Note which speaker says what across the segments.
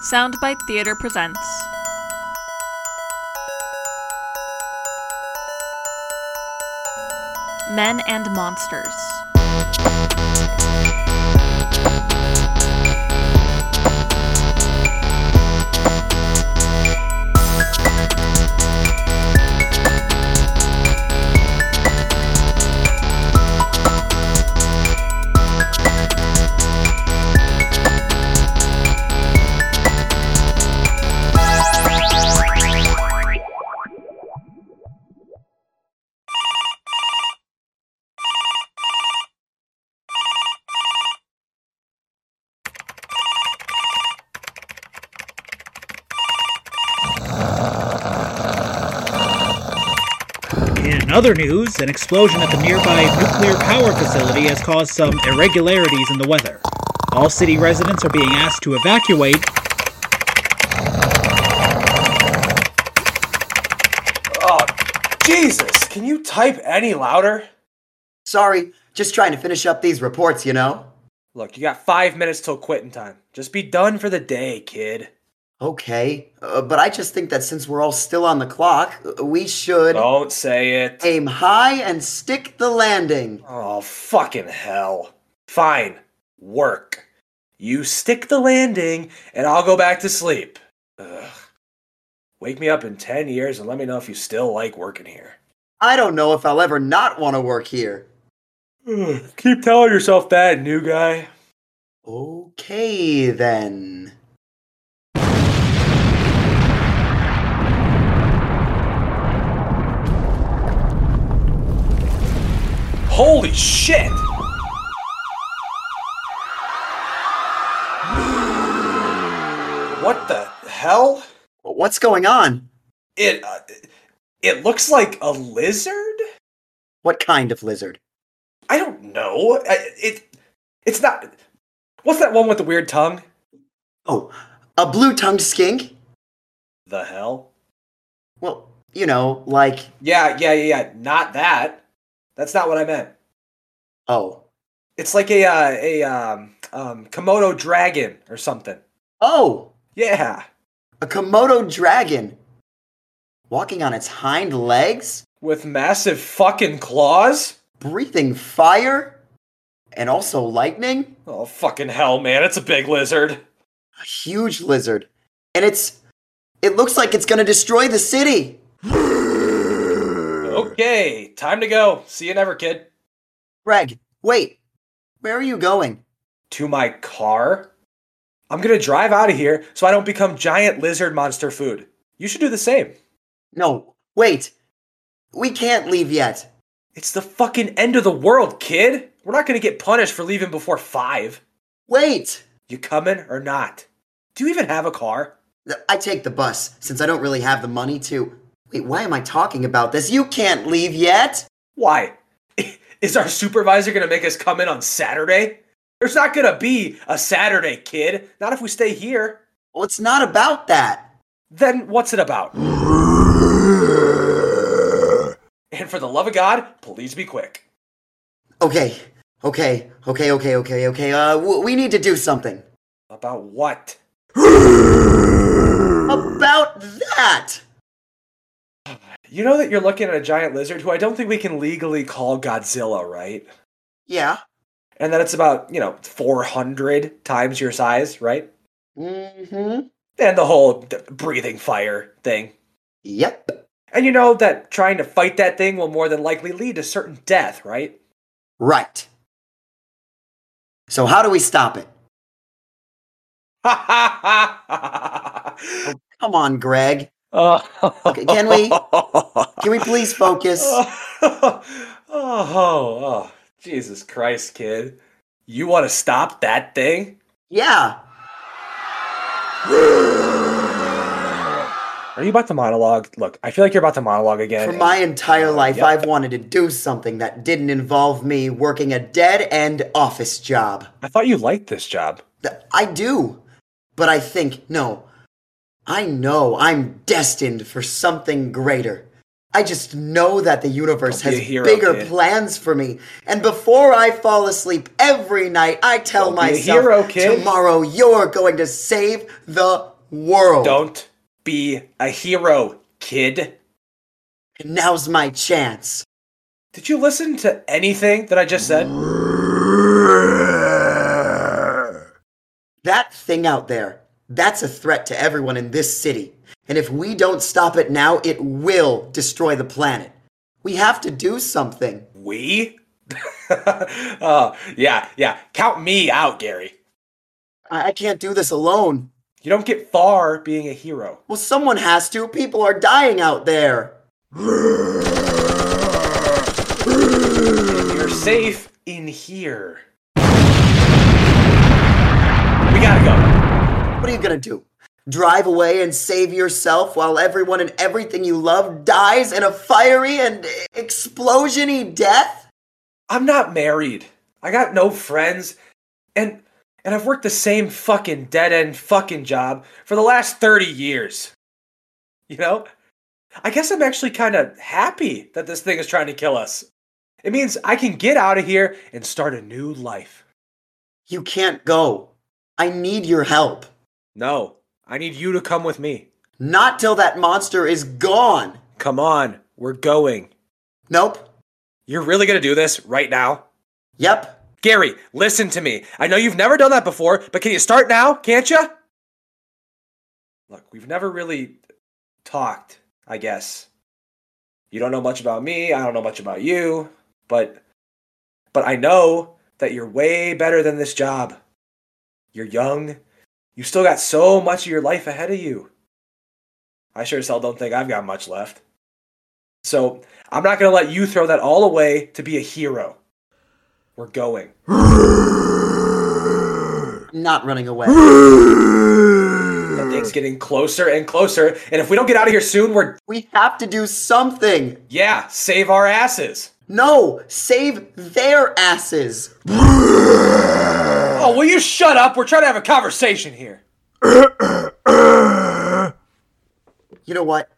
Speaker 1: Soundbite Theater presents. Men and Monsters.
Speaker 2: In other news, an explosion at the nearby nuclear power facility has caused some irregularities in the weather. All city residents are being asked to evacuate.
Speaker 3: Oh, Jesus! Can you type any louder?
Speaker 4: Sorry, just trying to finish up these reports, you know?
Speaker 3: Look, you got five minutes till quitting time. Just be done for the day, kid.
Speaker 4: Okay, uh, but I just think that since we're all still on the clock, uh, we should
Speaker 3: Don't say it.
Speaker 4: aim high and stick the landing.
Speaker 3: Oh, fucking hell. Fine. Work. You stick the landing, and I'll go back to sleep. Ugh. Wake me up in 10 years and let me know if you still like working here.
Speaker 4: I don't know if I'll ever not want to work here.
Speaker 3: Ugh, Keep telling yourself that, new guy.
Speaker 4: Okay, then.
Speaker 3: Holy shit! What the hell?
Speaker 4: What's going on?
Speaker 3: It uh, it looks like a lizard.
Speaker 4: What kind of lizard?
Speaker 3: I don't know. I, it it's not. What's that one with the weird tongue?
Speaker 4: Oh, a blue tongued skink?
Speaker 3: The hell?
Speaker 4: Well, you know, like,
Speaker 3: Yeah, yeah, yeah, yeah. Not that. That's not what I meant.
Speaker 4: oh.
Speaker 3: It's like a uh, a um, um, Komodo dragon or something.
Speaker 4: Oh,
Speaker 3: Yeah.
Speaker 4: a Komodo dragon. Walking on its hind legs?
Speaker 3: With massive fucking claws.
Speaker 4: breathing fire and also lightning.
Speaker 3: Oh fucking hell, man! It's a big lizard.
Speaker 4: A huge lizard. And it's it looks like it's gonna destroy the city.
Speaker 3: Okay, time to go. See you never, kid.
Speaker 4: Greg, wait. Where are you going?
Speaker 3: To my car? I'm gonna drive out of here so I don't become giant lizard monster food. You should do the same.
Speaker 4: No, wait. We can't leave yet.
Speaker 3: It's the fucking end of the world, kid. We're not gonna get punished for leaving before five.
Speaker 4: Wait.
Speaker 3: You coming or not? Do you even have a car?
Speaker 4: Th- I take the bus since I don't really have the money to. Wait, why am I talking about this? You can't leave yet.
Speaker 3: Why? Is our supervisor gonna make us come in on Saturday? There's not gonna be a Saturday, kid. Not if we stay here.
Speaker 4: Well, it's not about that.
Speaker 3: Then what's it about? And for the love of God, please be quick.
Speaker 4: Okay. Okay. Okay. Okay. Okay. Okay. Uh, w- we need to do something
Speaker 3: About what?
Speaker 4: about that.
Speaker 3: You know that you're looking at a giant lizard who I don't think we can legally call Godzilla, right?
Speaker 4: Yeah.
Speaker 3: And that it's about, you know, 400 times your size, right?
Speaker 4: Mm-hmm.
Speaker 3: And the whole d- breathing fire thing.
Speaker 4: Yep.
Speaker 3: And you know that trying to fight that thing will more than likely lead to certain death, right?
Speaker 4: Right. So how do we stop it? Come on, Greg.
Speaker 3: okay,
Speaker 4: can we- Can we please focus?
Speaker 3: oh, oh, oh, Jesus Christ, kid. You want to stop that thing?
Speaker 4: Yeah.
Speaker 3: Are you about to monologue? Look, I feel like you're about to monologue again.
Speaker 4: For my entire life,
Speaker 3: Yep.
Speaker 4: I've wanted to do something that didn't involve me working a dead end office job.
Speaker 3: I thought you liked this job.
Speaker 4: Th- I do. But I think, no. I know I'm destined for something greater. I just know that the universe
Speaker 3: Don't be
Speaker 4: has
Speaker 3: a hero,
Speaker 4: bigger
Speaker 3: kid.
Speaker 4: plans for me. And before I fall asleep every night, I tell
Speaker 3: Don't be a
Speaker 4: myself,
Speaker 3: hero, kid.
Speaker 4: tomorrow you're going to save the world.
Speaker 3: Don't be a hero, kid.
Speaker 4: And now's my chance.
Speaker 3: Did you listen to anything that I just said?
Speaker 4: That thing out there, that's a threat to everyone in this city. And if we don't stop it now, it will destroy the planet. We have to do something.
Speaker 3: We? oh, yeah, yeah. Count me out, Gary.
Speaker 4: I, I can't do this alone.
Speaker 3: You don't get far being a hero.
Speaker 4: Well, someone has to. People are dying out there.
Speaker 3: You're safe in here. We gotta go.
Speaker 4: What are you gonna do? Drive away and save yourself while everyone and everything you love dies in a fiery and explosiony death?
Speaker 3: I'm not married. I got no friends. And and I've worked the same fucking dead end fucking job for the last 30 years. You know? I guess I'm actually kind of happy that this thing is trying to kill us. It means I can get out of here and start a new life.
Speaker 4: You can't go. I need your help.
Speaker 3: No, I need you to come with me.
Speaker 4: Not till that monster is gone.
Speaker 3: Come on, we're going.
Speaker 4: Nope.
Speaker 3: You're really gonna do this right now?
Speaker 4: Yep.
Speaker 3: Gary, listen to me. I know you've never done that before, but can you start now? Can't you? Look, we've never really talked, I guess. You don't know much about me, I don't know much about you, but but I know that you're way better than this job. You're young. You still got so much of your life ahead of you. I sure as hell don't think I've got much left. So, I'm not going to let you throw that all away to be a hero. We're going.
Speaker 4: Not running away.
Speaker 3: The thing's getting closer and closer, and if we don't get out of here soon, we're
Speaker 4: We have to do something.
Speaker 3: yeah, save our asses.
Speaker 4: No, save their asses.
Speaker 3: Oh, will you shut up? We're trying to have a conversation here.
Speaker 4: You know what?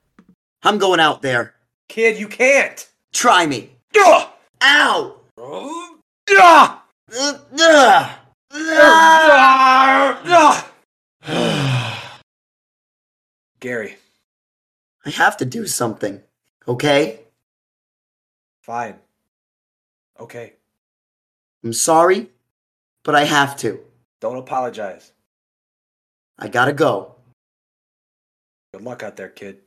Speaker 4: I'm going out there.
Speaker 3: Kid, you can't.
Speaker 4: Try me.
Speaker 3: Ugh.
Speaker 4: Ow!
Speaker 3: Ugh.
Speaker 4: Ugh, ugh, ugh.
Speaker 3: Ugh. Gary,
Speaker 4: I have to do something. Okay?
Speaker 3: fine. Okay,
Speaker 4: I'm sorry, but I have to.
Speaker 3: don't apologize.
Speaker 4: I gotta go.
Speaker 3: Good luck out there, kid.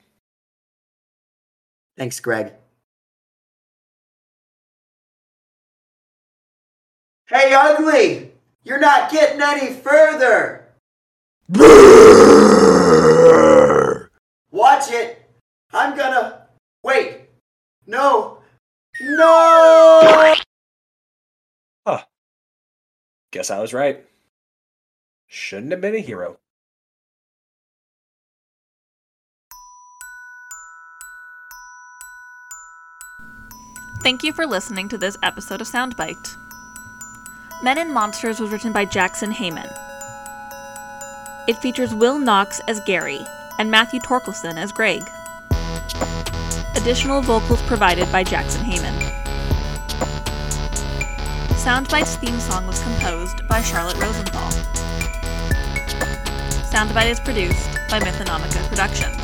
Speaker 4: Thanks, Greg. Hey, ugly! You're not getting any further! Watch it! I'm gonna. Wait! No! No!
Speaker 3: Guess I was right. Shouldn't have been a hero.
Speaker 1: Thank you for listening to this episode of Soundbite. Men and Monsters was written by Jackson Heyman. It features Will Knox as Gary and Matthew Torkelson as Greg. Additional vocals provided by Jackson Heyman. Soundbite's theme song was composed by Charlotte Rosenthal. Soundbite is produced by Mythonomica Productions.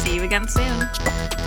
Speaker 1: See you again soon.